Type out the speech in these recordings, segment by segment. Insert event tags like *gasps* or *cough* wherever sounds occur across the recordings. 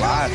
life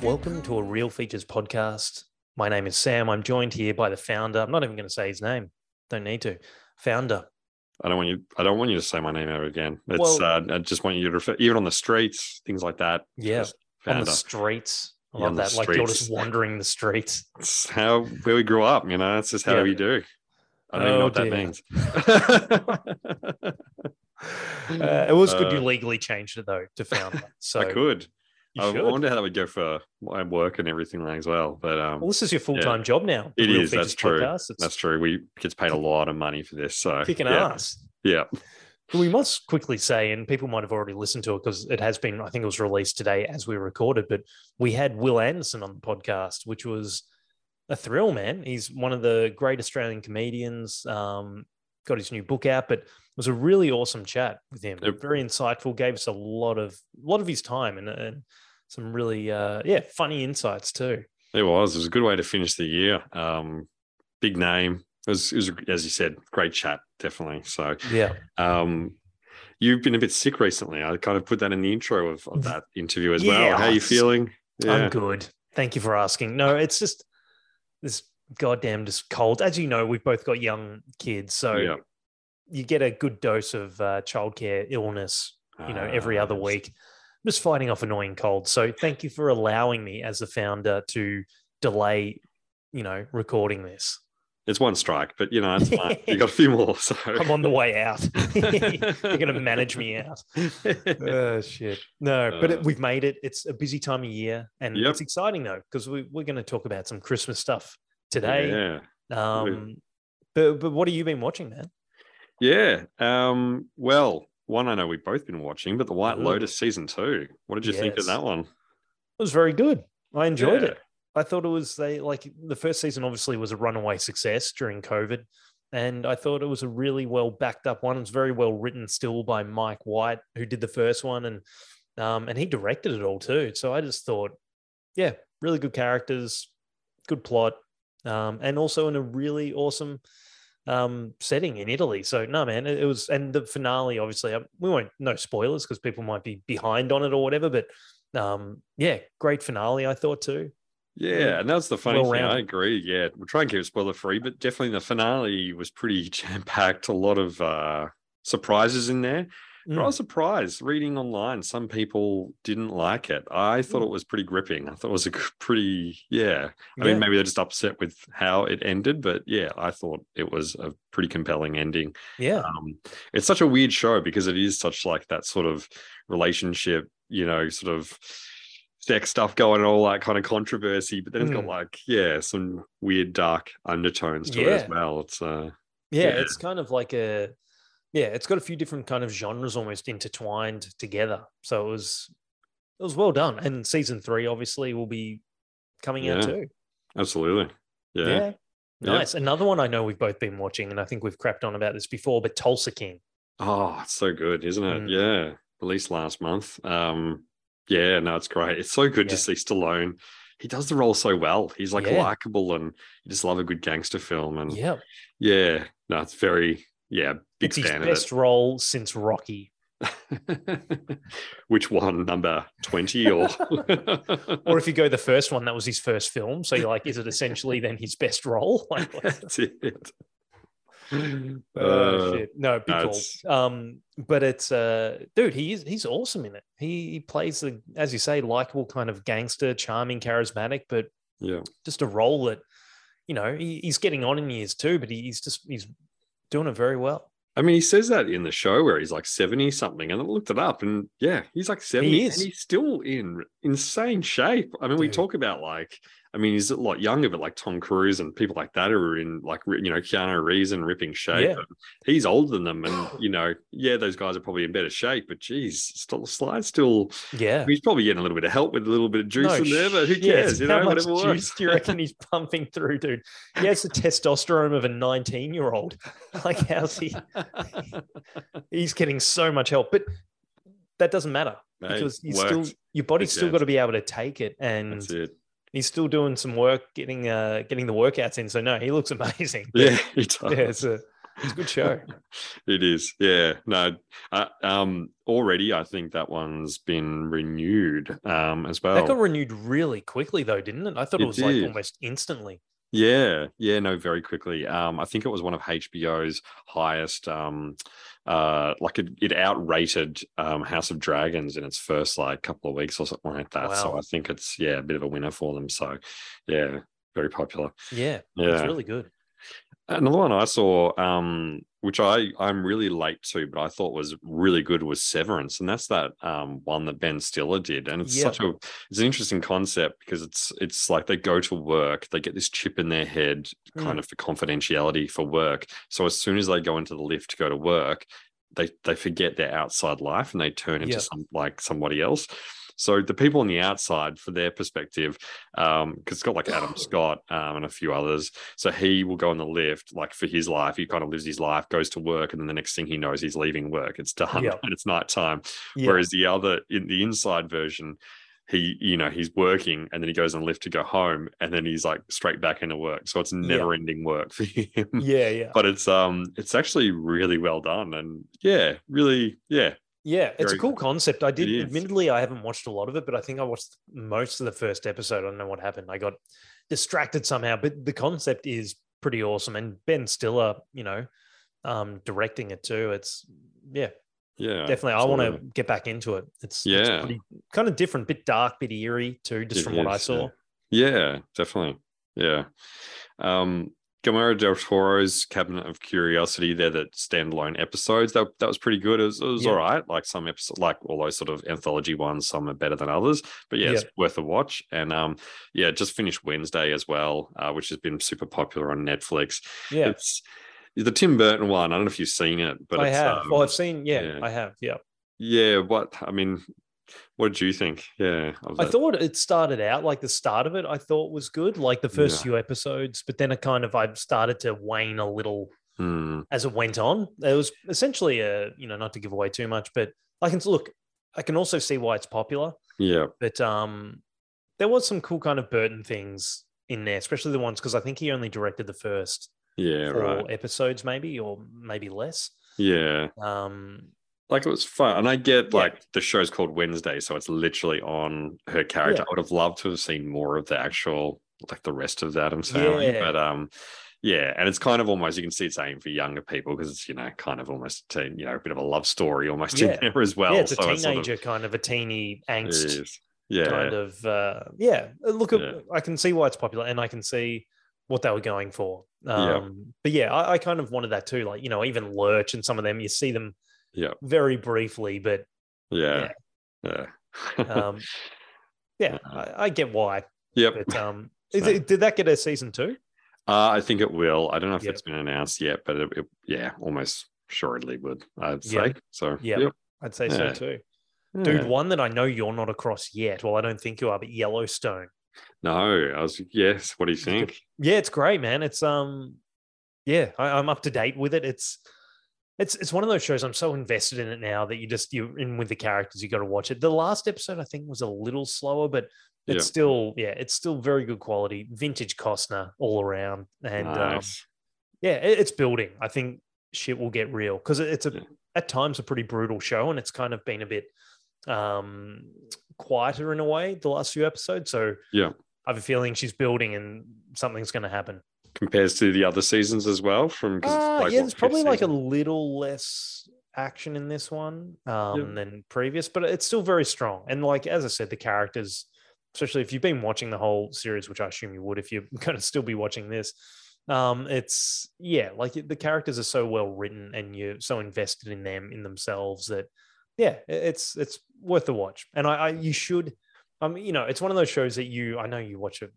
Welcome to a Real Features podcast. My name is Sam. I'm joined here by the founder. I'm not even going to say his name. Don't need to. Founder. I don't want you. I don't want you to say my name ever again. It's. Well- uh, I just want you to refer, even on the streets, things like that. uh, Yeah. Just On found the us. streets. I Yeah, love on the that. Like you're streets. just wandering the *laughs* streets. It's how where we grew up. You know, that's just how Yeah. we do. I Oh, don't even know what *laughs* that means. Uh, it was good you Uh, legally changed it though to founder. So I could. You I should. wonder how that would go for my work and everything as well. But um, well, this is your full time job now. the It Real is, Features that's true. Podcast. It's that's true. We gets paid a lot of money for this. So kicking yeah, ass. Yeah. We must quickly say, and people might have already listened to it because it has been, I think it was released today as we recorded, but we had Will Anderson on the podcast, which was a thrill, man. He's one of the great Australian comedians, um, got his new book out, but it was a really awesome chat with him. Yep. Very insightful, gave us a lot of a lot of his time and, and some really uh, yeah, funny insights too. It was. It was a good way to finish the year. Um, big name. It was, it was, as you said, great chat, definitely. So, Yeah. um, you've been a bit sick recently. I kind of put that in the intro of, of that interview as Yeah, well. How are you it's- feeling? I'm good. Thank you for asking. No, it's just this goddamn just cold. As you know, we've both got young kids, so Yeah. you get a good dose of uh, childcare illness, you know, every Ah, other yes. week. I'm just fighting off annoying colds. So thank you for allowing me as the founder to delay, you know, recording this. It's one strike, but you know, it's *laughs* fine. you got a few more. So, I'm on the way out. *laughs* You're going to manage me out. *laughs* oh shit no but Uh, it, we've made it it's a busy time of year and Yep. it's exciting though because we, we're going to talk about some christmas stuff today Yeah. um but, but what have you been watching man Yeah. Um, well, one I know we've both been watching, but The White Ooh. Lotus season two. What did you think Mm-hmm. Yes. of that one? it was very good i enjoyed Yeah. it i thought it was they like the first season obviously was a runaway success during covid and i thought it was a really well backed up one it's very well written still by mike white who did the first one and um and he directed it all too so i just thought yeah really good characters good plot um and also in a really awesome um setting in italy so no man it, it was and the finale obviously um, we won't no spoilers because people might be behind on it or whatever but um yeah great finale i thought too Yeah, and that's the funny thing. I Mm-hmm. well-rounded. agree. Yeah, we'll try and keep it spoiler free, but definitely the finale was pretty *laughs* jam packed. A lot of uh, surprises in there. But I Mm. was surprised reading online. Some people didn't like it. Hmm. I thought it was pretty gripping. I thought it was a g- *laughs* pretty yeah. I Yeah. mean, maybe they're just upset with how it ended, but yeah, I thought it was a pretty compelling ending yeah um, it's such a weird show because it is such like that sort of relationship you know sort of sex stuff going on all that kind of controversy but then it's got Mm. like yeah some weird dark undertones to it Yeah. as well it's uh yeah, Yeah. it's kind of like a yeah it's got a few different kind of genres almost intertwined together so it was it was well done and season three obviously will be coming out Yeah. too absolutely yeah, Yeah. nice another one i know we've both been watching and i think we've crapped on about this before but tulsa king oh it's so good isn't it Mm. yeah released last month um yeah no it's great it's so good Yeah. to see stallone he does the role so well he's like Yeah. likable and you just love a good gangster film and yeah, yeah no it's very yeah Mm. big it's his fan of it. best role since rocky *laughs* Which one, number *laughs* 20 or? *laughs* or if you go the first one that was his first film so you're like *laughs* is it essentially then his best role *laughs* like what- That's it. *laughs* Oh Uh, shit. No, big no, call. it's- Um, but it's uh dude, he is he's awesome in it. He, he plays the as you say, likable kind of gangster, charming, charismatic, but Yeah. just a role that you know he, he's getting on in years too, but he, he's just he's doing it very well. I mean, he says that in the show where he's like 70 something, and I looked it up, and yeah, he's like 70 is. and he's still in insane shape. I mean, we Dude. talk about like I mean, he's a lot younger, but like Tom Cruise and people like that are in like you know Keanu Reeves and ripping shape. Yeah. and He's older than them, *gasps* and you know, yeah, those guys are probably in better shape. But geez, still, Slide's still Yeah. he's probably getting a little bit of help with a little bit of juice No in there, but who shit. cares? You How know, much whatever works. *laughs* juice do you reckon he's pumping through, dude? He has the testosterone of a 19 year old. *laughs* Like, how's *laughs* he? He's getting so much help, but that doesn't matter Mate, because he's worked. still Mm. your body's It still does. got to be able to take it, and That's it. he's still doing some work getting uh getting the workouts in. So no, he looks *laughs* *laughs* amazing. Yeah, he yeah, does. it's a it's a good show. *laughs* It is. Yeah. No. Uh, um. Already, I think that one's been renewed. Um. As well. That got renewed really quickly though, didn't it? I thought it, It was did. like almost instantly. Yeah, yeah, no, very quickly. Um, I think it was one of HBO's highest. Um, uh, like it, it outrated um, House of Dragons in its first like couple of weeks or something like that. So Wow. I think it's yeah a bit of a winner for them. So yeah, very popular. Yeah, it's Yeah, really good. another one I saw, um, which I I'm really late to, but I thought was really good was Severance, and that's that um one that Ben Stiller did, and it's Yeah. such a it's an interesting concept because it's it's like they go to work, they get this chip in their head, Hmm. kind of for confidentiality for work. So as soon as they go into the lift to go to work, they they forget their outside life and they turn into Yeah. some like somebody else. So the people on the outside, for their perspective, because um, it's got *sighs* like Adam Scott um, and a few others. So he will go on the lift, like for his life, he kind of lives his life, goes to work, and then the next thing he knows, he's leaving work. It's done, Yeah. *laughs* and it's night time. Yeah. Whereas the other in the inside version, he, you know, he's working and then he goes on the lift to go home and then he's like straight back into work. So it's never ending work for *laughs* him. yeah, yeah. But it's um it's actually really well done and yeah, really, yeah. Yeah, it's a Very cool good. concept. I did, is. admittedly, I haven't watched a lot of it, but I think I watched most of the first episode. I don't know what happened. I got distracted somehow, but the concept is pretty awesome. And Ben Stiller, you know, um, directing it too. It's, yeah, Yeah. definitely. I want to absolutely. get back into it. It's, Yeah. it's pretty, kind of different, bit dark, bit eerie too, just It from what I is, yeah. saw. Yeah, definitely. Yeah. Um Guillermo del Toro's Cabinet of Curiosity, they're the standalone episodes. That, that was pretty good. It was, it was Yeah. all right. Like some episodes, like all those sort of anthology ones, some are better than others. But yeah, it's worth a watch. And um, yeah, just finished Wednesday as well, uh, which has been super popular on Netflix. Yeah, It's the Tim Burton one. I don't know if you've seen it, *laughs* but I it's, have. Oh, um, well, I've seen, yeah, yeah. I have. Yeah. yeah. What I mean, what did you think? Yeah, of I that? thought it started out like the start of it. I thought was good, like the first few episodes, but then it kind of I started to wane a little Hmm. as it went on. It was essentially a you know not to give away too much, but I can look. I can also see why it's popular, yeah, but um, there was some cool kind of Burton things in there, especially the ones because I think he only directed the first yeah, four right, episodes, maybe or maybe less. yeah. Um, like it was fun and i get Yeah. like the show's called wednesday so it's literally on her character Yeah. i would have loved to have seen more of the actual like the rest of that i'm saying Yeah. but um yeah and it's kind of almost you can see it's aimed for younger people because it's you know kind of almost a teen, you know a bit of a love story almost Yeah. in there as well yeah, it's a so teenager sort of- kind of a teeny angst. it is. yeah kind of uh, yeah. Look, Yeah. I can see why it's popular, and I can see what they were going for. Um, Yeah. But yeah, I, I kind of wanted that too. Like you know, even Lurch and some of them, you see them Yeah. very briefly, *laughs* but yeah yeah, um, yeah, I, I get why. *laughs* yep But *laughs* um, is So- it- did that get a season two? Uh, I think it will. I don't know if Yep. it's been announced yet, but it, it- yeah, almost assuredly would. I'd say Yeah. so. Yep. I'd say so Yeah. too, Yeah. dude. One that I know you're not across yet. Well, I don't think you are, but Yellowstone. No, I was yes. What do you think? Yeah, it's great, man. It's um, yeah, I, I'm up to date with it. It's it's it's one of those shows. I'm so invested in it now that you just you're in with the characters. You got to watch it. The last episode I think was a little slower, but it's Yeah. still yeah, it's still very good quality. Vintage Costner all around, and um, nice. yeah, it, it's building. I think shit will get real because it's a Yeah. at times a pretty brutal show, and it's kind of been a bit um quieter in a way the last few episodes. So Yeah. I have a feeling she's building and something's going to happen. compares to the other seasons as well. From 'cause it's Uh, like, yeah, what, there's fifth probably like a season? little less action in this one um, than previous, but it's still very strong. And like as I said, the characters, especially if you've been watching the whole series, which I assume you would, if you're *laughs* going to still be watching this, um, it's yeah, like the characters are so well written and you're so invested in them in themselves that yeah, i- it's it's worth the watch. And I, I you should. um, you know, it's one of those shows that you, I know you watch a,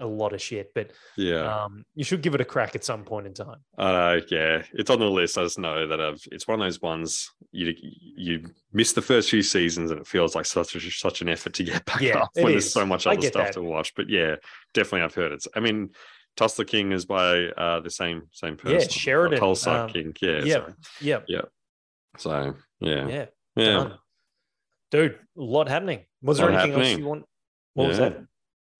a lot of shit, but Hmm. Yeah. um, you should give it a crack at some point in time. I know, yeah, it's on the list. I just know that I've, it's one of those ones you you miss the first few seasons, and it feels like such a, such an effort to get *laughs* back Yeah, up it when there's is. so much I other get stuff that. to watch. But yeah, definitely, I've heard it's. I mean, Tulsa King is by uh, the same same Yeah, person. or Sheridan, Tulsa um, King. Yeah, yeah. Yeah, So, so yeah, yeah, yeah. done. dude, a lot happening. Was there Lot anything else happening. you want? What was Yeah. that?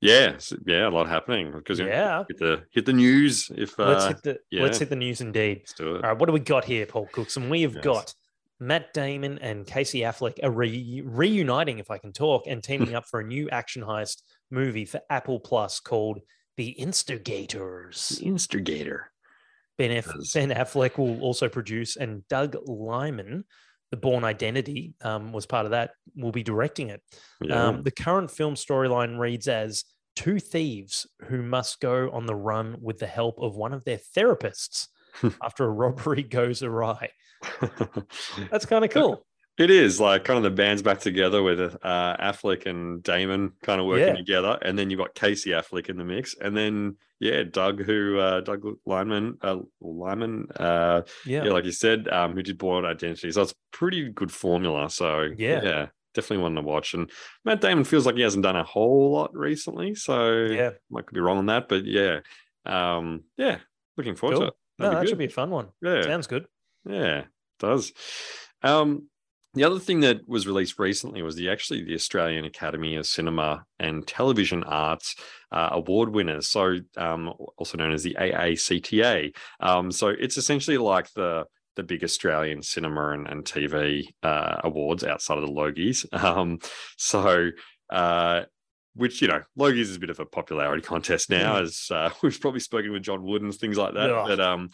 Yeah, s- yeah, a lot happening because yeah. Yeah, hit the hit the news if uh, let's let's, hit the yeah. let's hit the news indeed. do it. All right, what do we got here, Paul Cookson? We have Yes. got Matt Damon and Casey Affleck are re- reuniting, if I can talk, and teaming up for a new action heist movie for Apple Plus called The Instigators. Instigator. Ben, F- Yes. ben Affleck will also produce, and Doug Lyman, The Born Identity, um, was part of that, will be directing it. Yeah. Um, the current film storyline reads as two thieves who must go on the run with the help of one of their *laughs* therapists after a robbery goes awry. That's kind of cool. *laughs* It is like kind of the band's back together with uh, Affleck and Damon kind of working Yeah. together, and then you've got Casey Affleck in the mix, and then yeah, Doug who uh, Doug Lyman uh, Lyman uh, yeah. Yeah. like you said, um, who did Born Identity, so it's pretty good formula. So Yeah. definitely one to watch. And Matt Damon feels like he hasn't done a whole lot recently, so Yeah. might could be wrong on that, but yeah, um, yeah, looking forward Cool. to it. No, That'd that be should good. be a fun one. yeah. Sounds good. Yeah, it does. Um, the other thing that was released recently was the actually the Australian Academy of Cinema and Television Arts uh, award winners, so um, also known as the AACTA. Um, so it's essentially like the the big Australian cinema and, and TV uh, awards outside of the Logies. *laughs* Um, so. Uh, which you know, Logies is a bit of a popularity contest now, as uh, *laughs* we've probably spoken with John Wood and things like that. Ugh. But um,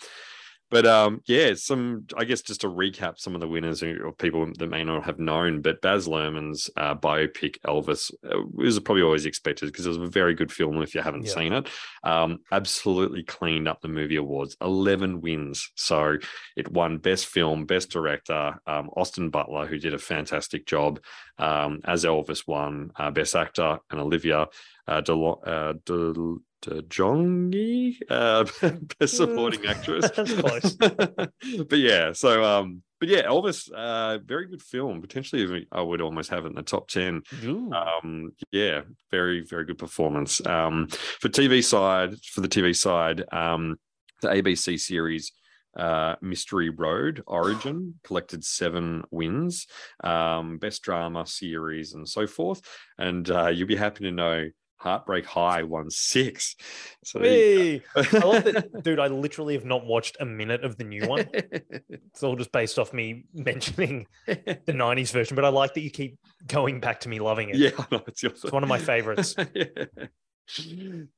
but um, yeah, some I guess just to recap some of the winners who- or people that may not have known, but Baz Luhrmann's uh, biopic Elvis uh, was probably always expected because it was a very good film. If you haven't Yeah. seen it, um, absolutely cleaned up the movie awards. Eleven wins, so it won Best Film, Best Director. Um, Austin Butler, who did a fantastic job um, as Elvis, won uh, Best Actor, and Olivia uh, Delo- uh, De- De Jongi, uh, *laughs* Best Supporting Actress. Mm. *laughs* That's close. *laughs* but yeah, so um, but yeah, Elvis, uh, very good film. Potentially, even- I would almost have it in the top ten. Ooh. Um, yeah, very very good performance. Um, for TV side, for the TV side, um, the ABC series. Uh, Mystery Road Origin collected seven wins, um, best drama series, and so forth. And uh, you'll be happy to know Heartbreak High won six. So there *laughs* you Hey. *laughs* I love that, dude. I literally have not watched a minute of the new *laughs* one. It's all just based off me *laughs* mentioning the '90s version, but I like that you keep going back to me loving it. yeah, I know, it's, yours. *laughs* It's one of my favorites. *laughs*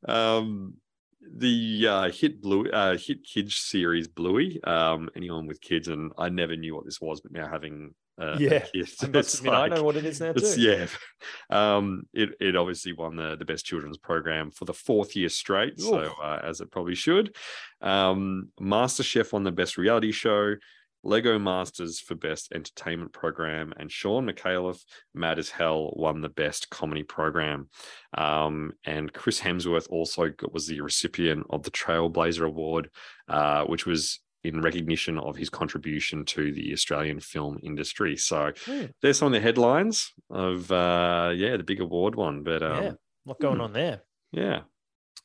um, the uh, hit blue uh, hit kids series Bluey. Um, anyone with kids, and I never knew what this was, but now having uh, a Yeah, kid, *laughs* I must it's admit, I know like- what it is now too. it's- yeah, *laughs* um, it it obviously won the the best children's program for the fourth year straight, so Oof. uh, as it probably should. Um, MasterChef won the best reality show. Lego Masters for best entertainment program, and Sean McAuliffe, Mad as Hell, won the best comedy program. Um, and Chris Hemsworth also got, was the recipient of the Trailblazer Award, uh, which was in recognition of his contribution to the Australian film industry. So Hmm. there's some of the headlines of uh, yeah the big award one, but um, yeah, what going on there? yeah.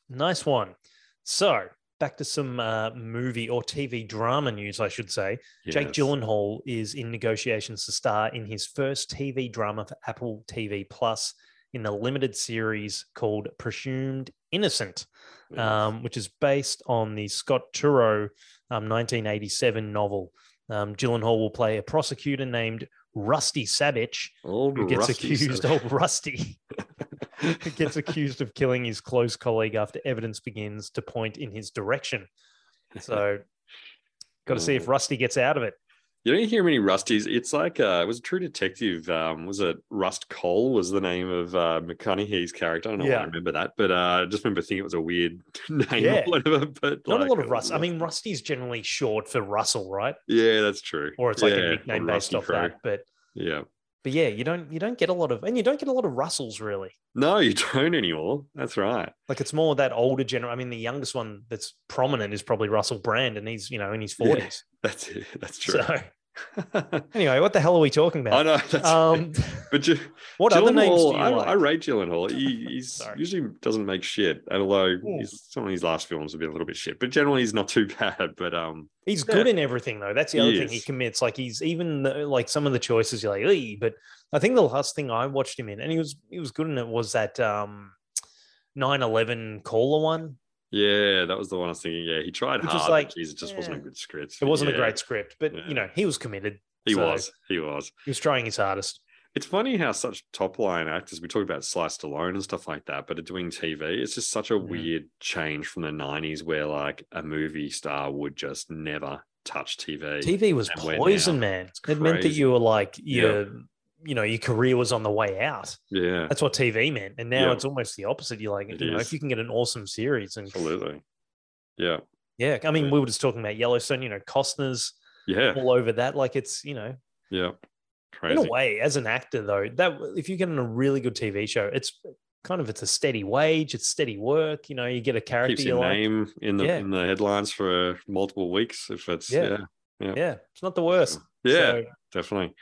Nice one. So back to some uh, movie or TV drama news, I should say. Jake yes. Gyllenhaal is in negotiations to star in his first TV drama for Apple TV Plus in the limited series called Presumed Innocent, Yes. um, which is based on the Scott Turow um, 1987 novel. Um, Gyllenhaal will play a prosecutor named Rusty Sabich, Old who gets Rusty, so- accused, old Rusty, who gets accused of killing his close colleague after evidence begins to point in his direction. So, got to see if Oh. Rusty gets out of it. *laughs* You don't hear many Rusties. It's like uh, it was a True Detective. Um, was it Rust Cole? Was the name of uh, McConaughey's character? I don't know why Yeah. I remember that, but uh, I just remember thinking it was a weird *laughs* name Yeah. or whatever. But Not like, a lot of Rust. I mean, Rusty's generally short for Russell, right? yeah, that's true. Or it's like Yeah, a nickname or based Rusty off Crowe. that. But Yeah, But yeah, you don't you don't get a lot of and you don't get a lot of Russells really. No, you don't anymore. That's right. Like it's more that older generation. I mean, the youngest one that's prominent is probably Russell Brand, and he's you know in his Yeah, forties. That's it. That's true. *laughs* So anyway, what the hell are we talking I about? know. That's right. Um, *laughs* But you, what other names do you I, like? I rate *laughs* Gyllenhaal. He he's Sorry. Hmm. usually doesn't make shit, and although he's, some of his last films have been a little bit shit, but generally he's not too *laughs* bad. But um, He's Yeah. good in everything though. That's the He other thing he is. commits. Like he's even the, like some of the choices you're like, "Ee," but I think the last thing I watched him in, and he was he was good in it, was that um 9-11 caller one. yeah, that was the one I was thinking. Yeah, he tried Which is hard. like, but geez, it just wasn't a yeah. good script. It wasn't Yeah, a great script, but Yeah. you know he was committed. He so was. He was. He was trying his hardest. It's funny how such top line actors, we talk about Sly Stallone and stuff like that, but are doing TV. It's just such a Mm. weird change from the 90s where like a movie star would just never touch TV. TV was And we're poison, now. man. It's It meant that crazy. you were like Yeah. your you know your career was on the way out. Yeah, That's what TV meant, and now Yeah. it's almost the opposite. You're like, It you know, is. if you can get an awesome series and absolutely. Yeah. yeah, I mean, we were just talking about Yellowstone. You know, Costner's. Yeah. all over that. Like it's you know, Yeah. in Crazy. a way, as an actor though, that if you get on a really good TV show, it's kind of it's a steady wage, it's steady work. You know, you get a character Keeps you your like. name in the Yeah. in the headlines for uh, multiple weeks if it's Yeah. yeah. yeah. Yeah, it's not the worst. Yeah, So, definitely.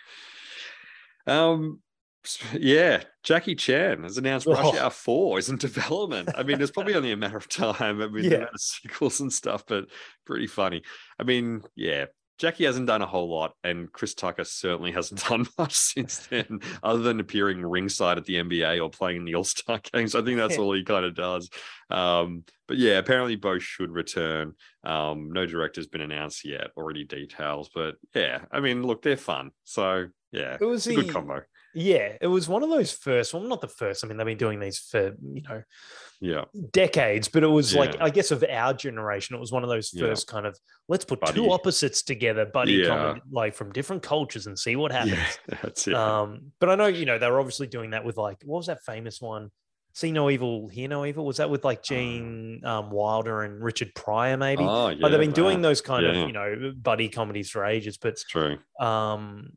Um, s- yeah, Jackie Chan has announced Oh. Rush Hour Four is in development. I mean, it's probably only a matter of time. I mean, the Yeah. amount of sequels and stuff, but pretty funny. I mean, yeah. Jackie hasn't done a whole lot, and Chris Tucker certainly hasn't *laughs* done much since then, other than appearing ringside at the NBA or playing in the All Star *laughs* games. I *laughs* think that's all he kind of does. Um, but yeah, apparently both should return. Um, no director's been announced yet, already details, but yeah, I mean, look, they're fun. So yeah, it was it's a good the- combo. Yeah, it was one of those first. Well, not the first. I mean, they've been doing these for you know *laughs* Yeah, decades, but it was like Yeah. I guess of our generation, it was one of those Yeah. first kind of let's put Buddy. two opposites together, buddy, Yeah. comedy, like from different cultures, and see what happens. yeah, that's it. Um, but I know you know they were obviously doing that with like what was that famous one? See no evil, hear no evil. Was that with like Gene um, Wilder and Richard Pryor? Maybe Uh, Oh, yeah, like they've been doing wow. those kind Yeah. of you know buddy comedies for ages. But It's true. um,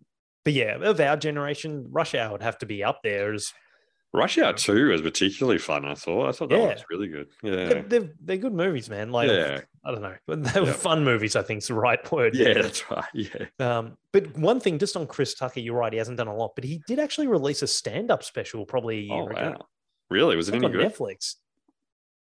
but yeah, of our generation, Rush Hour would have to be up there. As Rush Hour Two was particularly fun. I thought. I thought that one Yeah. was really good. Yeah, they're, they're, they're good movies, man. Like Yeah. I don't know, but they were Yeah. fun movies. I think is the right word. yeah, that's right. *laughs* Yeah, Um, but one thing, just on Chris Tucker, you're right. He hasn't done a lot, but he did actually release a stand-up special probably a year oh ago. wow, really? Was it think any on good? Netflix. Was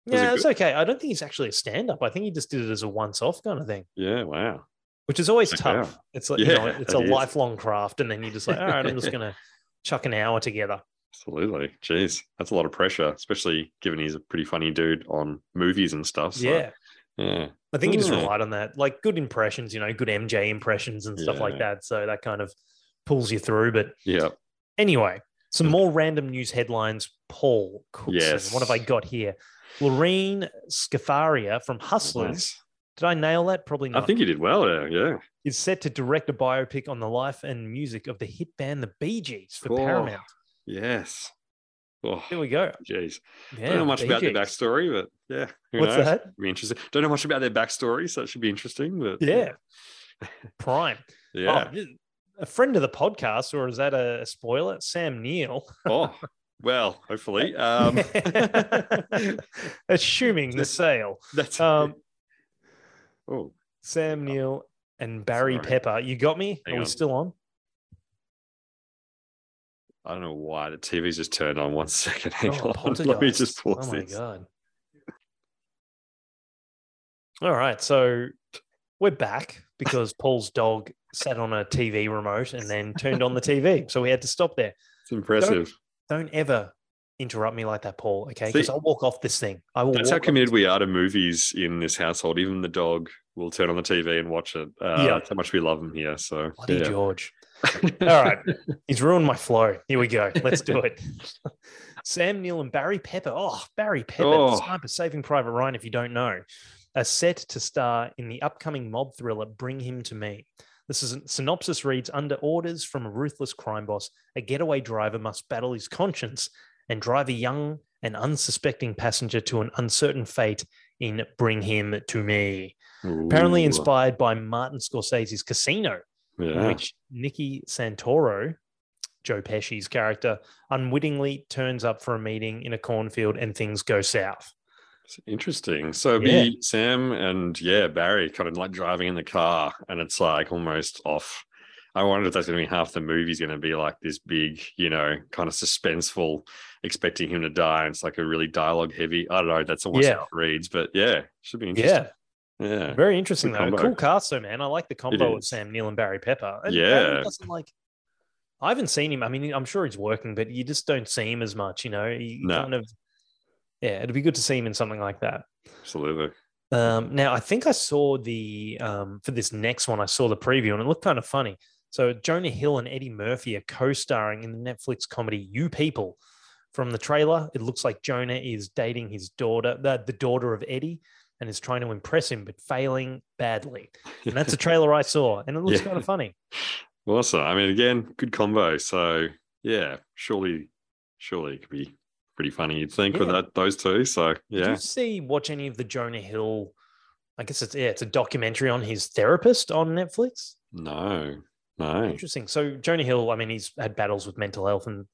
it yeah, it's okay. I don't think he's actually a stand-up. I think he just did it as a once-off kind of thing, Yeah, wow. which is always Check it tough. out. It's like you know, Yeah, it's a it is. lifelong craft, and then you're just like, all right, I'm *laughs* just gonna chuck an hour together. Absolutely. Jeez, that's a lot of pressure, especially given he's a pretty funny dude on movies and stuff. So, Yeah. Yeah. I think he just Mm. relied on that. Like good impressions, you know, good MJ impressions and stuff like Yeah. that. So that kind of pulls you through. But Yeah. Anyway, some more random news headlines. Paul Cookson. Yes. What have I got here? Lorene Scafaria from Hustlers. Nice. Did I nail that? Probably I not. think you did well there. Yeah. is set to direct a biopic on the life and music of the hit band The Bee Gees for Cool. Paramount. Yes. Oh, There we go. jeez. Yeah, Don't know much Bee about their Gees. backstory, but yeah. who What's knows? that? Be interesting. Don't know much about their backstory, so it should be interesting. But Yeah. Prime. Yeah. Oh, a friend of the podcast, or is that a spoiler? Sam Neill. *laughs* Oh, well, hopefully. Um, *laughs* Assuming the sale. that's *laughs* Um, oh, Sam Neill and Barry Sorry. Pepper. You got me? Hang Are we on. still on? I don't know why the TV's just turned on. One *laughs* second, hang Oh, on. Let me Poltergeist. just pause Oh my this. god. All right, so we're back *laughs* because Paul's dog sat on a TV remote and then turned on the TV, so we had to stop there. It's impressive. Don't ever interrupt me like that, Paul. Okay, See- because I'll walk off this thing. I will. That's how walk off committed we are to movies in this household. Even the dog will turn on the TV and watch it. Uh, Yeah. That's how much we love him here. So, Bloody yeah. *laughs* George. All right. He's ruined my flow. Here we go. Let's do it. *laughs* Sam Neill and Barry Pepper. Oh, Barry Pepper, Oh. sniper saving Private Ryan, if you don't know, are set to star in the upcoming mob thriller Bring Him to Me. This is synopsis reads Under orders from a ruthless crime boss, a getaway driver must battle his conscience and drive a young and unsuspecting passenger to an uncertain fate in Bring Him to Me. Apparently Ooh, inspired by Martin Scorsese's Casino, in Yeah. which Nikki Santoro Joe Pesci's character, unwittingly turns up for a meeting in a cornfield and things go south. It's interesting. So it'd Yeah. be Sam and yeah, Barry kind of like driving in the car and it's like almost off. I wonder if that's gonna be half the movie's gonna be like this big, you know, kind of suspenseful, expecting him to die. And it's like a really dialogue heavy. I don't know, that's almost Yeah. how it reads, but yeah, should be interesting. Yeah, Yeah. very interesting Good though. combo. Cool cast though, man. I like the combo of is. Sam Neill and Barry Pepper. And Yeah. Barry doesn't like. I haven't seen him. I mean, I'm sure he's working, but you just don't see him as much. You know, he No. kind of. Yeah, it'd be good to see him in something like that. Absolutely. Um, now, I think I saw the um, for this next one. I saw the preview and it looked kind of funny. So Jonah Hill and Eddie Murphy are co-starring in the Netflix comedy "You People." From the trailer, it looks like Jonah is dating his daughter, the, the daughter of Eddie, and is trying to impress him but failing badly. And that's a trailer I saw, *laughs* and it looks Yeah. kind of funny. *laughs* Awesome. I mean, again, good combo. So yeah, surely, surely it could be pretty funny, you'd think, with Yeah. that those two. So Did yeah. you see watch any of the Jonah Hill? I guess it's yeah, it's a documentary on his therapist on Netflix. No. No. Interesting. So Jonah Hill, I mean, he's had battles with mental health and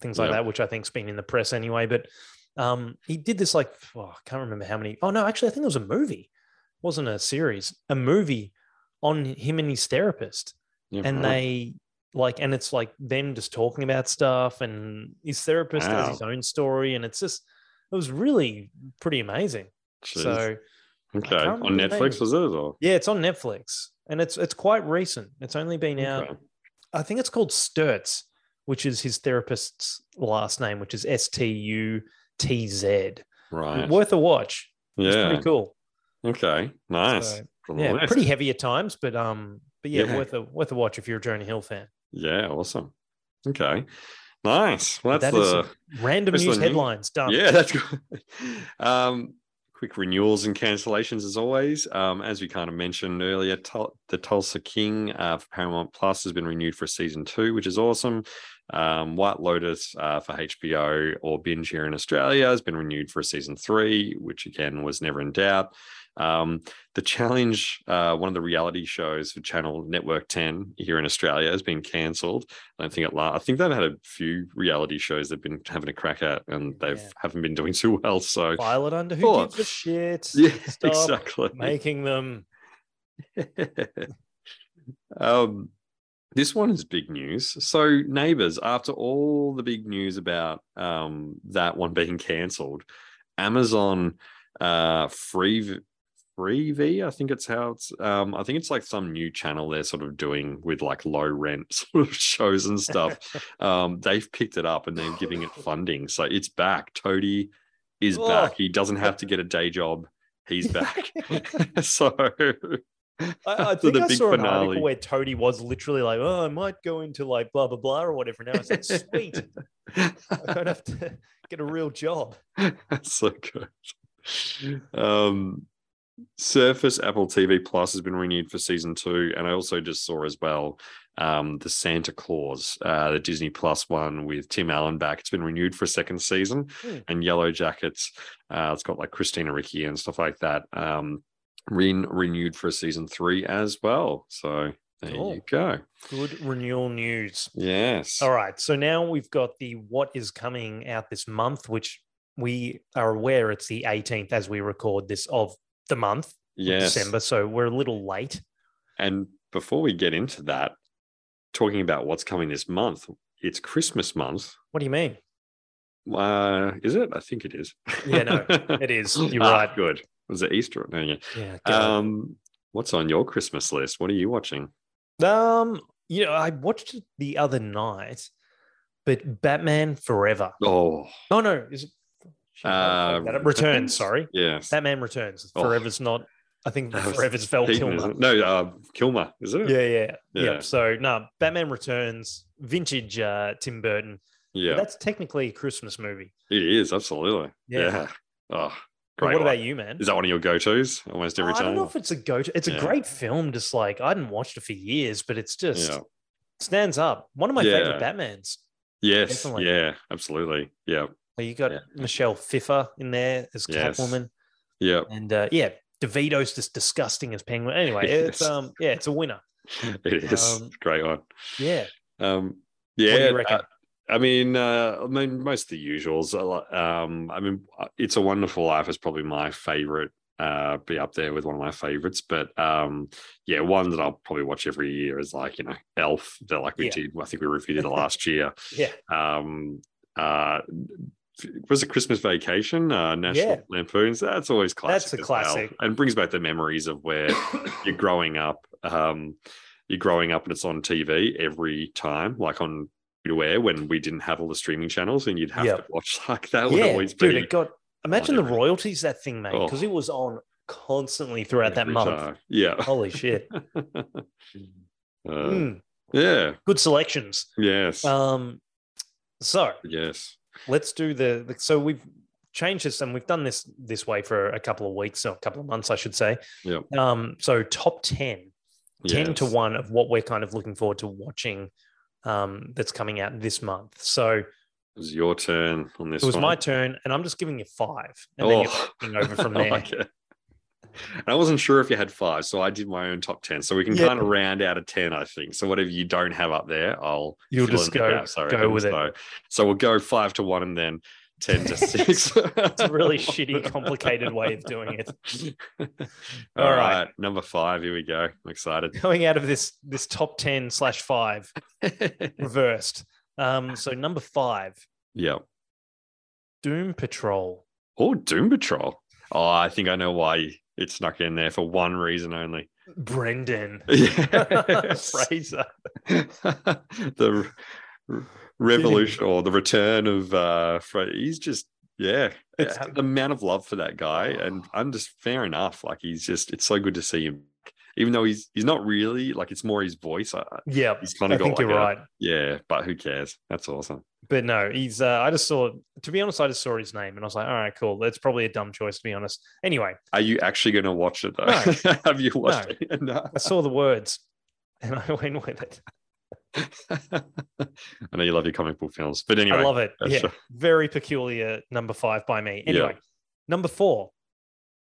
things like Yeah. that, which I think's been in the press anyway. But um, he did this like oh, I can't remember how many. Oh no, actually, I think it was a movie. It wasn't a series. A movie on him and his therapist, Yeah, and right. they like, and it's like them just talking about stuff, and his therapist has Wow. his own story, and it's just it was really pretty amazing. Jeez. So Okay. can't On remember the name. Netflix, was it? Or? yeah, it's on Netflix, and it's it's quite recent. It's only been out. Okay. I think it's called Sturts, which is his therapist's last name, which is S T U T Z. Right. Worth a watch. It's yeah. pretty cool. Okay. Nice. So, From the yeah, list. pretty heavy at times, but um, but yeah, Yeah. worth a worth a watch if you're a Jonah Hill fan. Yeah. Awesome. Okay. Nice. uh, Well, that's That is the some random that's the news new- headlines. Done. Yeah, that's good. um, quick renewals and cancellations as always. Um, as we kind of mentioned earlier, Tul- the Tulsa King uh, for Paramount Plus has been renewed for season two, which is awesome. Um, White Lotus uh, for HBO or binge here in Australia has been renewed for season three, which again was never in doubt. Um, the challenge, uh, one of the reality shows for Channel Network 10 here in Australia, has been cancelled. I don't think it la- I think they've had a few reality shows they've been having a crack at, and they Yeah. have haven't been doing too well. So Violet under who Cool. gives a shit? *laughs* yeah, Stop exactly. Making them. *laughs* um, this one is big news. So, Neighbours, after all the big news about um, that one being cancelled, Amazon uh, free free v i think it's how it's um i think it's like some new channel they're sort of doing with like low rent *laughs* sort of shows and stuff um they've picked it up and they're giving it funding so it's back toady is Oh. back he doesn't have to get a day job he's back *laughs* so *laughs* I, I after think the I big saw an finale. article where Toadie was literally like, "Oh, I might go into like blah blah blah or whatever." Now I *laughs* said, "Sweet, I don't have to get a real job." That's *laughs* so good. Um, Surface Apple TV Plus has been renewed for season two, and I also just saw as well um, the Santa Claus, uh, the Disney Plus one with Tim Allen back. It's been renewed for a second season, Hmm. and Yellow Jackets. Uh, it's got like Christina Ricci and stuff like that. Um, re- renewed for season three as well. So there Cool. you go. Good renewal news. Yes. All right. So now we've got the what is coming out this month, which we are aware it's the 18th as we record this of the month, Yes. December. So we're a little late. And before we get into that, talking about what's coming this month, it's Christmas month. What do you mean? Uh, is it? I think it is. Yeah, *laughs* no, It is. You're Ah, right. Uh, Good. Was it Easter? No, yeah. Yeah. go. Um, what's on your Christmas list? What are you watching? um, you know, I watched it the other night, but Batman Forever. Oh, Oh, no. Is it Shit, I uh, don't know that. Returns? *laughs* Sorry. Yes. Batman Returns. Oh. Forever's not, I think That was Forever's Val Keaton, Kilmer. isn't it? No, uh, Kilmer, is it? yeah, yeah, yeah. Yeah. So no, Batman Returns, vintage uh, Tim Burton. But Yeah, That's technically a Christmas movie. it is. Absolutely. Yeah. Yeah. Oh, But great. what one. about you, man? Is that one of your go tos almost every I time? don't know if it's a go to. It's a Yeah. great film. Just like I hadn't watched it for years, but it's just yeah. stands up. One of my favorite Yeah. Batmans. Yes. Definitely. Yeah. Absolutely. Yeah. Like, You got Yeah. Michelle Pfeiffer in there as Yes. Catwoman, Yeah. *laughs* and uh, yeah, DeVito's just disgusting as Penguin. *laughs* Anyway, it's Yes. um, yeah, it's a winner. It is. Um, Great one. Yeah, Um, What do Yeah, you reckon? uh, I mean, uh, I mean, most of the usuals. are li- Um, I mean, uh, "It's a Wonderful Life" is probably my favorite. Uh, be up there with one of my favorites, but um, yeah, one that I'll probably watch every year is like you know Elf. That like we Yeah. did, I think we *laughs* reviewed it last year. yeah. Um, uh, was it Christmas Vacation? Uh, National Yeah. Lampoons. That's always classic. That's a as well, classic. and brings back the memories of where *coughs* you're growing up. Um, you're growing up, and it's on TV every time, like on to air when we didn't have all the streaming channels, and you'd have Yep. to watch *laughs* like that. Would yeah, always dude, be it got. Imagine the everything. royalties that thing made because Oh. it was on constantly throughout that every month. time. Yeah. *laughs* Holy shit! Uh, Mm, Yeah. good selections. Yes. Um, so yes. let's do the, the. So we've changed this, and we've done this this way for a couple of weeks or a couple of months, I should say. Yep. Um, so top ten 10 to yes. 1 of what we're kind of looking forward to watching um, that's coming out this month. So It was your turn on this. it was one. Oh, my turn, and I'm just giving you five. And then you're looking over *laughs* from there. Okay. And I wasn't sure if you had five, so I did my own top ten. So we can Yeah. kind of round out of ten, I think. So whatever you don't have up there, I'll You'll fill just in the go- gaps, I go reckon. with it. So, so we'll go five to one and then ten *laughs* to six. It's a *laughs* really shitty, complicated way of doing it. All All right. right, number five. Here we go. I'm excited. *laughs* Going out of this this top 10 slash five reversed. Um, so number five, yeah. Doom Patrol. Or Doom Patrol. Oh, I think I know why it snuck in there for one *laughs* reason only. *laughs* Brendan. Yes. Fraser. *laughs* the re- revolution or the return of uh Fre- he's just yeah It's- the amount of love for that guy and Oh. i'm just fair enough like he's just it's so good to see him even though he's he's not really like it's more his voice I, I- Yeah. he's kind I of got think like you're a- right. yeah but who cares that's awesome But no, he's. Uh, I just saw. To be honest, I just saw his name, and I was like, "All right, cool. That's probably a dumb choice." To be honest. Anyway, are you actually going to watch it though No. *laughs* have you watched it *laughs* no. I saw the words, *laughs* and I went with it. i know you love your comic book films but anyway I love it. that's Yeah, right. very peculiar number five by me. Yeah. Anyway, number four,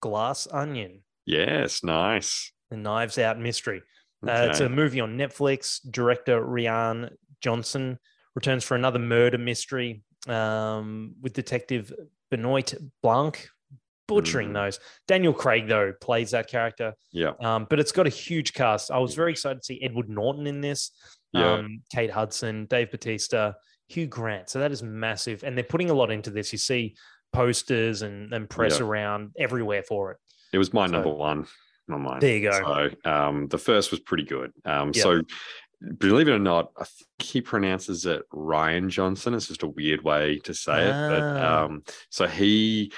Glass Onion, yes nice the Knives Out mystery. Uh, it's Okay. a movie on Netflix. Director Rian Johnson returns for another murder mystery um, with Detective Benoit Blanc. Butchering Mm. those. Daniel Craig, though, plays that character. Yeah. Um, but it's got a huge cast. I was very excited to see Edward Norton in this, Yeah. um, Kate Hudson, Dave Batista, Hugh Grant. So that is massive. And they're putting a lot into this. You see posters and, and press Yeah. around everywhere for it. It was my So- number one. Not mine. There you go. So um, the first was pretty good. Um, Yeah. So believe it or not, I think he pronounces it Ryan Johnson. It's just a weird way to say it. But Ah. um, so he,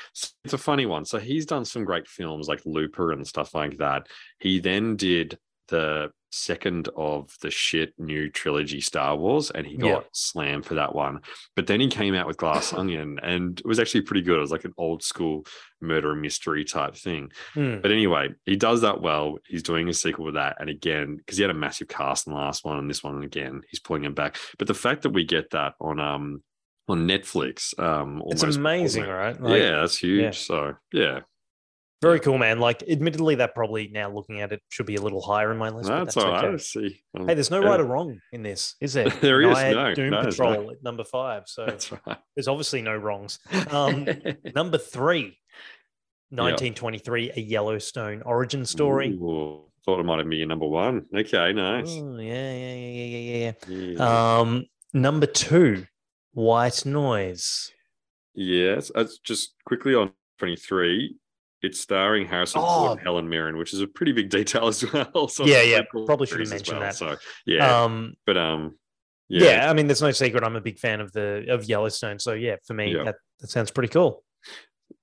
it's a funny one. So he's done some great films like Looper and stuff like that. He then did the second of the shit new trilogy Star Wars and he got Yeah. slammed for that one. But then he came out with *laughs* Glass Onion and it was actually pretty good. It was like an old school murder mystery type thing. Hmm. But anyway, he does that well. He's doing a sequel with that. And again, because he had a massive cast in the last one and this one, and again, he's pulling him back. But the fact that we get that on um on Netflix, um It's almost- amazing, right? almost- Like, yeah, that's huge. yeah. So yeah, Very cool, man. Like, admittedly, that probably now looking at it should be a little higher in my list. but that's, all right. See, um, Hey, there's no yeah. right or wrong in this, is there? *laughs* There is, I had no, Doom no, there's no. Patrol at number five. So That's right. there's obviously no *laughs* wrongs. Um, number three, 1923, a Yellowstone origin *laughs* story. Ooh, thought it might have been your number one. Okay, nice. Ooh, Mm, yeah, yeah, yeah, yeah, yeah, Yeah. yeah. Um, number two, White Noise. Yes, uh, just quickly on 23. It's starring Harrison Oh. Ford and Helen Mirren, which is a pretty big *laughs* detail as well. So Yeah, it's a yeah, prequel probably should have series as mentioned that. So yeah, Um, but um, yeah. yeah, I mean, there's no secret. I'm a big fan of the of Yellowstone. So yeah, for me, Yeah. that, that sounds pretty cool.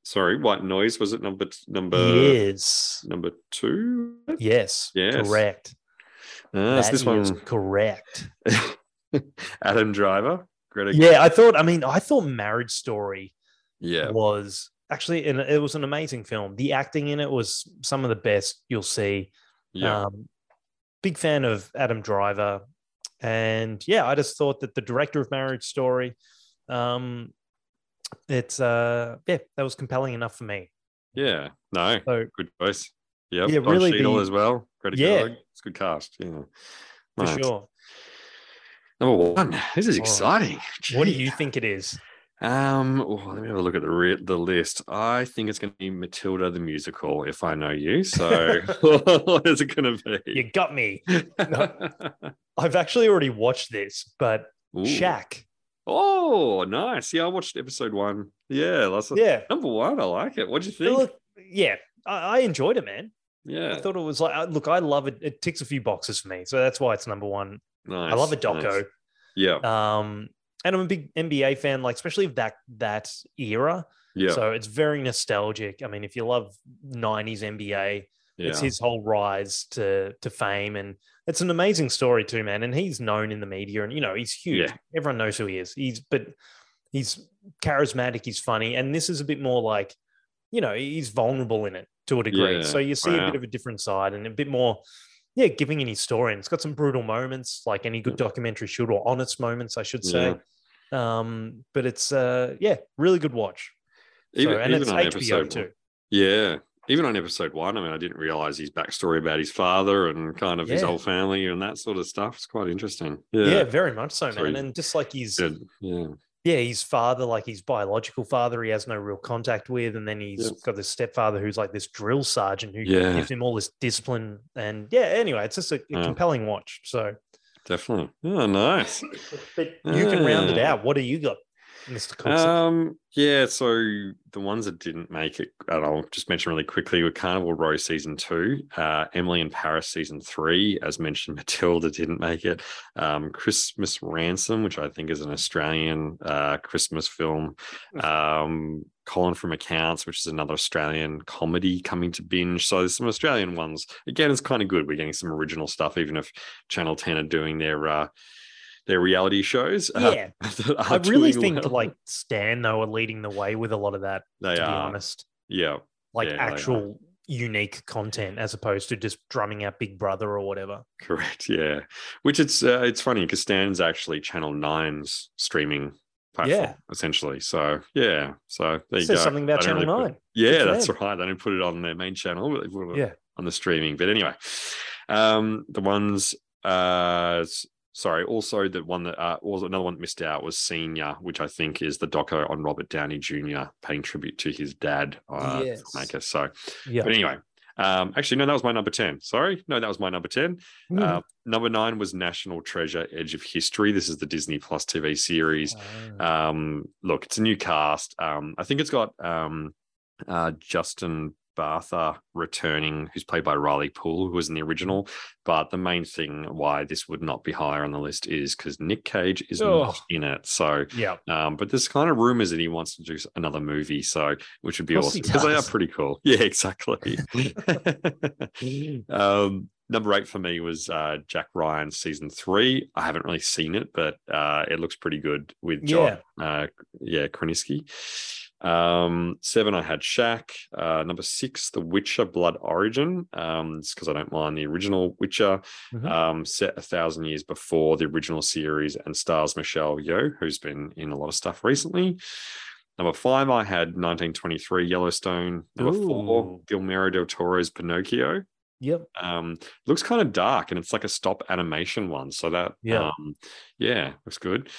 Sorry, White Noise was it number t- number yes, number two? yes, Yes. correct. Ah, it's That this is one, correct. *laughs* Adam Driver, Greta. Yeah, I thought. I mean, I thought Marriage Story yeah, was actually, and it was an amazing film. The acting in it was some of the best you'll see. yeah. Um, big fan of Adam Driver, and yeah, I just thought that the director of Marriage Story, um, it's uh, yeah, that was compelling enough for me. yeah. No, So good choice. Yep. Yeah, Don really Cheadle the- as well. Greta Yeah. Gerwig. It's a good cast. Yeah, for Nice. sure, Number one, this is All right. exciting. Oh. What do Gee. *laughs* you think it is? Um, oh, let me have a look at the re- the list. I think it's going to be Matilda the musical, if I know *laughs* you. So, *laughs* what is it going to You be? got me. I've actually already watched this, but *laughs* Ooh. Shaq. Oh, nice. Yeah, I watched episode one. Yeah, that's Yeah. number one. I like it. What'd you think? Look, yeah, I, I enjoyed it, man. yeah, I thought it was like, uh, look, I love it. It ticks a few boxes for me, so that's why it's number one. nice. I love a nice. doco, Yeah, um, and I'm a big NBA fan, like especially of that that era. yeah, So it's very nostalgic. I mean, if you love '90s NBA, yeah. it's his whole rise to to fame, and it's an amazing story too, man. And he's known in the media, and you know he's huge. Yeah. Everyone knows who he is. He's but he's charismatic. He's funny, and this is a bit more like, you know, he's vulnerable in it to a degree. Yeah, So you see a wow. bit of a different side and a bit more. Yeah, giving in his story, and it's got some brutal moments, like any good documentary should, or honest moments, I should say. Um, but it's uh, yeah, really good watch. So, Even, and even it's on HBO episode too. one. Yeah. Even on episode one, I mean, I didn't realize his backstory about his father and kind of his Yeah. whole family and that sort of stuff. It's quite interesting. Yeah. Yeah. very much so, man. Sorry. And just like his Yeah. yeah. yeah, his father, like his biological father, he has no real contact with, and then he's Yeah. got this stepfather who's like this drill sergeant who Yeah. gives him all this discipline. And yeah, anyway, it's just a, a Yeah. compelling watch. So, Definitely. Oh, nice. but you can round it Yeah. out. What do you got, Mister Coulson? Um, yeah, so the ones that didn't make it, and I'll just mention really quickly were Carnival Row season two, uh, Emily in Paris season three. As mentioned, *laughs* Matilda didn't make it. Um, Christmas Ransom, which I think is an Australian uh, Christmas film. Um, Colin from Accounts, which is another Australian comedy coming to binge. So there's some Australian ones. Again, it's kind of good. We're getting some original stuff, even if Channel 10 are doing their uh, their reality shows. uh, yeah, *laughs* that I are really doing think well. like Stan though are leading the way with a lot of that. they to be are. honest, Yeah, *laughs* like Yeah, they are. actual unique content as opposed to just drumming out Big Brother or whatever. correct. Yeah, which it's uh, it's funny because Stan's actually Channel 9's streaming platform Yeah. essentially. So yeah, so there you Says go. something about They don't Channel really put- Nine. Yeah, for that's them. right. They don't put it on their main channel, but they put it Yeah. on the streaming. But anyway, um, the ones uh s- sorry, also the one that uh was another one that missed out was Senior, which I think is the doco on Robert Downey Jr. paying tribute to his dad, uh Yes. filmmaker. So Yeah. But anyway, um, actually, no, that was my number 10. Sorry. No, that was my number 10. Mhm. Uh, number nine was National Treasure Edge of History. This is the Disney Plus TV series. Ah. Um, look, it's a new cast. Um, I think it's got um, uh, Justin Bartha returning, who's played by Riley Poole, who was in the original. But the main thing why this would not be higher on the list is because Nick Cage is Oh. not in it. So, yeah. um, but there's kind of rumors that he wants to do s- another movie, so which would be Of course awesome he because they are does. pretty cool. *laughs* Yeah, *laughs* exactly. *clears throat* um, number eight for me was uh, Jack Ryan season three. I haven't really seen it, but uh, it looks pretty good with John. Uh, yeah, Kroniski. Um, seven, I had Shaq. Uh, number six, The Witcher Blood Origin. Um, it's because I don't mind the original Witcher. Mhm. Um, set a thousand years before the original series and stars Michelle Yeoh, who's been in a lot of stuff recently. Number five, I had 1923 Yellowstone. Number four, Ooh. Guillermo del Toro's Pinocchio. Yep. Um, looks kind of dark and it's like a stop animation one. So that, Yeah. um, yeah, looks good.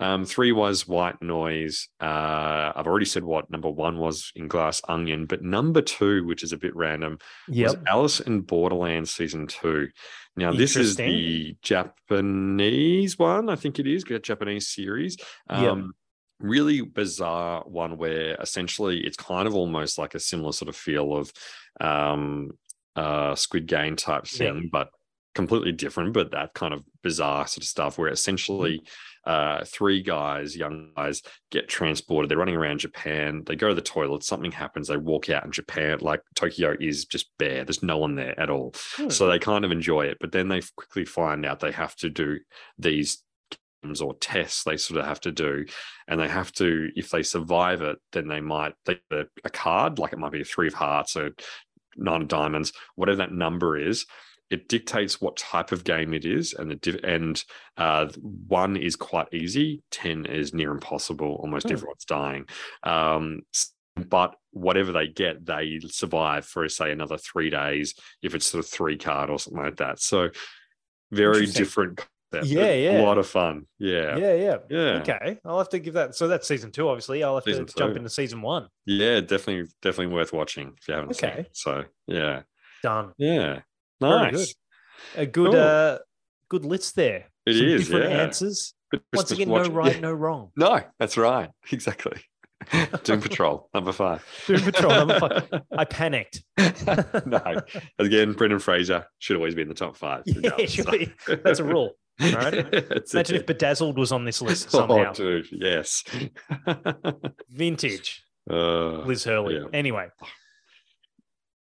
Um, three was White Noise. Uh, I've already said what number one was in Glass Onion, but number two, which is a bit random, was Yep. Alice in Borderland season two. Now, this is Interesting. the Japanese one, I think it is, a Japanese series. Yeah. Um, Really bizarre one where essentially it's kind of almost like a similar sort of feel of um, uh, Squid Game type Yeah. thing, but completely different. But that kind of bizarre sort of stuff where essentially uh, three guys, young guys, get transported. They're running around Japan. They go to the toilet. Something happens. They walk out in Japan. Like Tokyo is just bare. There's no one there at all. Hmm. So they kind of enjoy it. But then they quickly find out they have to do these games or tests they sort of have to do and they have to if they survive it then they might they get a- a card like it might be a three of hearts or nine of diamonds whatever that number is it dictates what type of game it is and the div- and uh, one is quite easy 10 is near impossible almost Hmm. everyone's dying um, s- but whatever they get they survive for say another three days if it's sort of three card or something like that so very Interesting. different That- Yeah, yeah. A lot of fun. Yeah. yeah, Yeah. yeah. Yeah, Okay, I'll have to give that. So that's season two, obviously. I'll have Season to jump two. into season one. definitely, definitely worth watching if you haven't seen Okay. it. So yeah, Done. yeah, Very nice. good. A good, Cool. uh, good list there. It Some is, different yeah. answers. Bit of Once Christmas again, watching. no right, Yeah. no wrong. No, that's right. *laughs* Exactly. Doom Patrol number five. *laughs* Doom Patrol number five. I panicked. *laughs* *laughs* no, again, Brendan Fraser should always be in the top five. Yeah, *laughs* regardless. sure. That's a *laughs* rule. all right? That's Imagine *laughs* it. if Bedazzled was on this list somehow. *laughs* Oh, dude, yes. *laughs* Vintage Uh, Liz Hurley. Yeah. Anyway,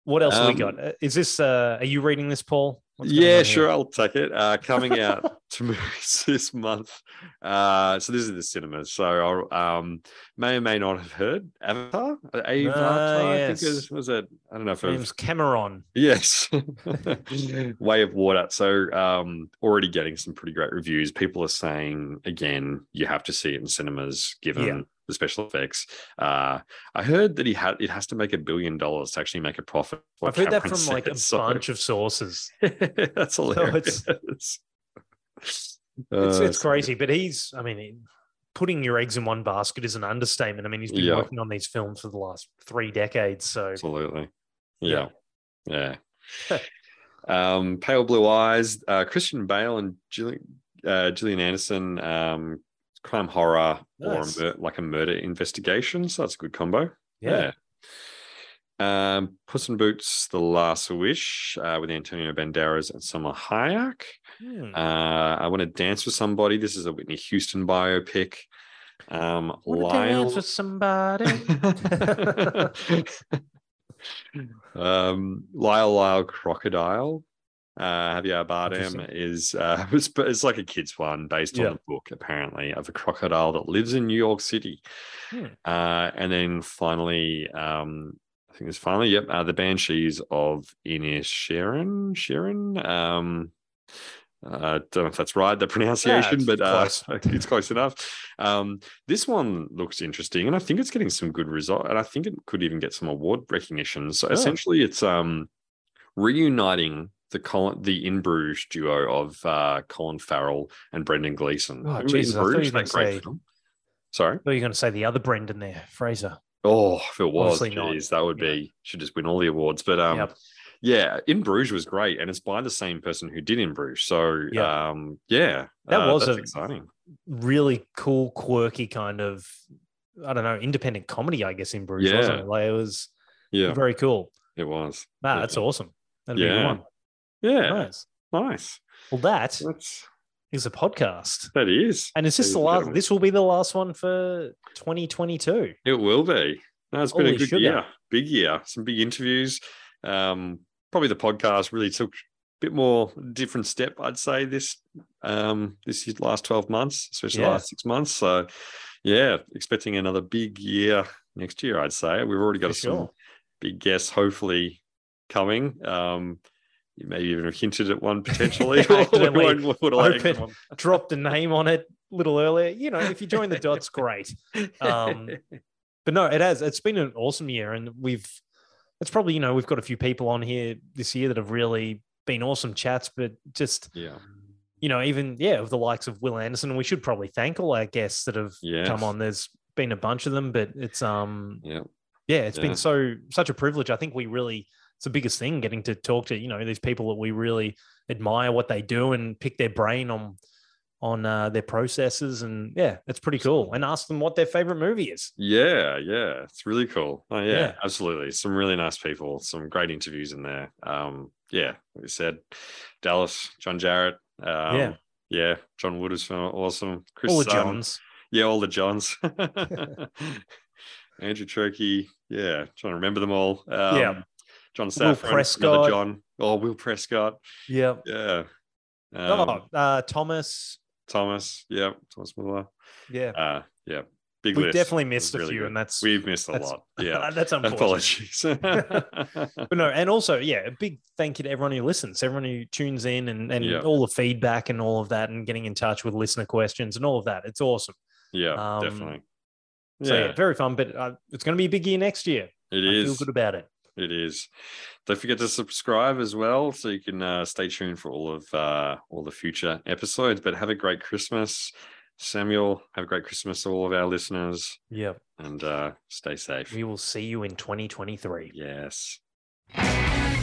what else have we Um, got? Uh, Is this? Uh, are you reading this, Paul? What's going yeah, on here? sure, I'll take it. Uh, *laughs* coming out to movies *laughs* this month. Uh, so this is the cinemas. So I um, may or may not have heard Avatar. Uh, Avatar, I think Ah, yes. it was, was it. I don't know if it was Name's Cameron. *laughs* Yes. *laughs* Way of Water. So, um, already getting some pretty great reviews. People are saying, again, you have to see it in cinemas given Yeah. the special effects. Uh, I heard that he had it has to make a billion dollars to actually make a profit. I've heard that from Cameron like a said, *laughs* so- bunch of sources. *laughs* That's hilarious. it's- It's, Uh, it's crazy, but he's, I mean, he- putting your eggs in one basket is an understatement. I mean, he's been Yeah. working on these films for the last three decades. So, Absolutely. Yeah. Yeah. Yeah. um, Pale Blue Eyes, uh, Christian Bale and Gillian, uh, Gillian Anderson, um, crime horror Nice. or a mur- like a murder investigation. So that's a good combo. yeah. Yeah. Um, Puss in Boots, The Last Wish uh, with Antonio Banderas and Summer Hayek. Hmm. Uh, I Want to Dance with Somebody. This is a Whitney Houston biopic. Um, Wanna Lyle. dance with *laughs* somebody. um, Lyle Lyle Crocodile. Uh, Javier Bardem Interesting. is uh, *laughs* it's, it's like a kids one based Yeah. on a book apparently of a crocodile that lives in New York City. Hmm. Uh, and then finally, um, I think there's finally yep uh, the Banshees of Ines Sharon Sharon. Um, uh, don't know if that's right, the pronunciation, it's but uh, *laughs* close. it's close enough. Um, this one looks interesting, and I think it's getting some good result, and I think it could even get some award recognition. So Oh. essentially, it's um, reuniting the Colin, the In Bruges duo of uh, Colin Farrell and Brendan Gleeson. Oh, Remember Jesus, I In thought you Bruges, were that gonna great say- film? Sorry. Well, you're going to say the other Brendan there, Fraser. Oh, if it was, Obviously not. geez, that would Yeah. be should just win all the awards. But um, Yep. yeah, In Bruges was great, and it's by the same person who did In Bruges. So Yeah. um, yeah, That was that's a- exciting. Really cool, quirky kind of, I don't know, independent comedy, I guess, in Bruges. Wasn't Yeah. it? Like, it was Yeah, very cool. it was. Wow, Yeah. that's awesome. That'd be a good Yeah. one. Yeah, Nice. nice. Well, that That's is a podcast. that is. And is this Ladies the and last? gentlemen. This will be the last one for 2022. It will be. No, it's been Holy a good sugar. year, big year. Some big interviews. Um, probably the podcast really took a bit more different step, I'd say this um this year, last twelve months, especially Yeah. last six months. So, yeah, expecting another big year next year. I'd say we've already got For some sure. big guests hopefully coming. Um, you maybe even hinted *laughs* at one potentially. *laughs* Accidentally Won't- won't- won't allow opened- anyone. Dropped a name on it a little earlier. You know, if you join the dots, great. Um, but no, it has. It's been an awesome year, and we've. It's probably you know we've got a few people on here this year that have really been awesome chats, but just yeah, you know even yeah of the likes of Will Anderson, we should probably thank all our guests that have yeah, come on. There's been a bunch of them, but it's um Yeah. yeah, it's Yeah. been so such a privilege. I think we really it's the biggest thing getting to talk to you know these people that we really admire what they do and pick their brain on on uh, their processes and yeah, it's pretty cool. And ask them what their favorite movie is. Yeah, yeah, it's really cool. Oh, yeah, Yeah. absolutely. Some really nice people, some great interviews in there. Um, yeah, like you said, Dallas, John Jarrett. Um, Yeah. yeah, John Wood is fa- awesome. Chris All the Sun, Johns. yeah, all *laughs* the Johns. *laughs* Andrew Turkey, yeah, trying to remember them all. Um, Yeah. John Saffron, another Prescott. John. Oh, Will Prescott, Yeah. yeah. Um, Oh, uh, Thomas. Thomas, yeah, Thomas Miller. Yeah. Uh, yeah, big We've list. definitely It was missed a really few, good. and that's We've missed a that's- lot. *laughs* Yeah. that's unfortunate. Apologies. But no, and also, yeah, a big thank you to everyone who listens, everyone who tunes in and, and Yeah. all the feedback and all of that and getting in touch with listener questions and all of that. It's awesome. *laughs* yeah, Um, definitely. So yeah, Yeah, very fun, but uh, it's going to be a big year next year. it I feel is. good about it. It is. Don't forget to subscribe as well, so you can uh, stay tuned for all of uh, all the future episodes. But have a great Christmas, Samuel. Have a great Christmas to all of our listeners, Yeah. and uh, stay safe. We will see you in 2023. Yes. Bye.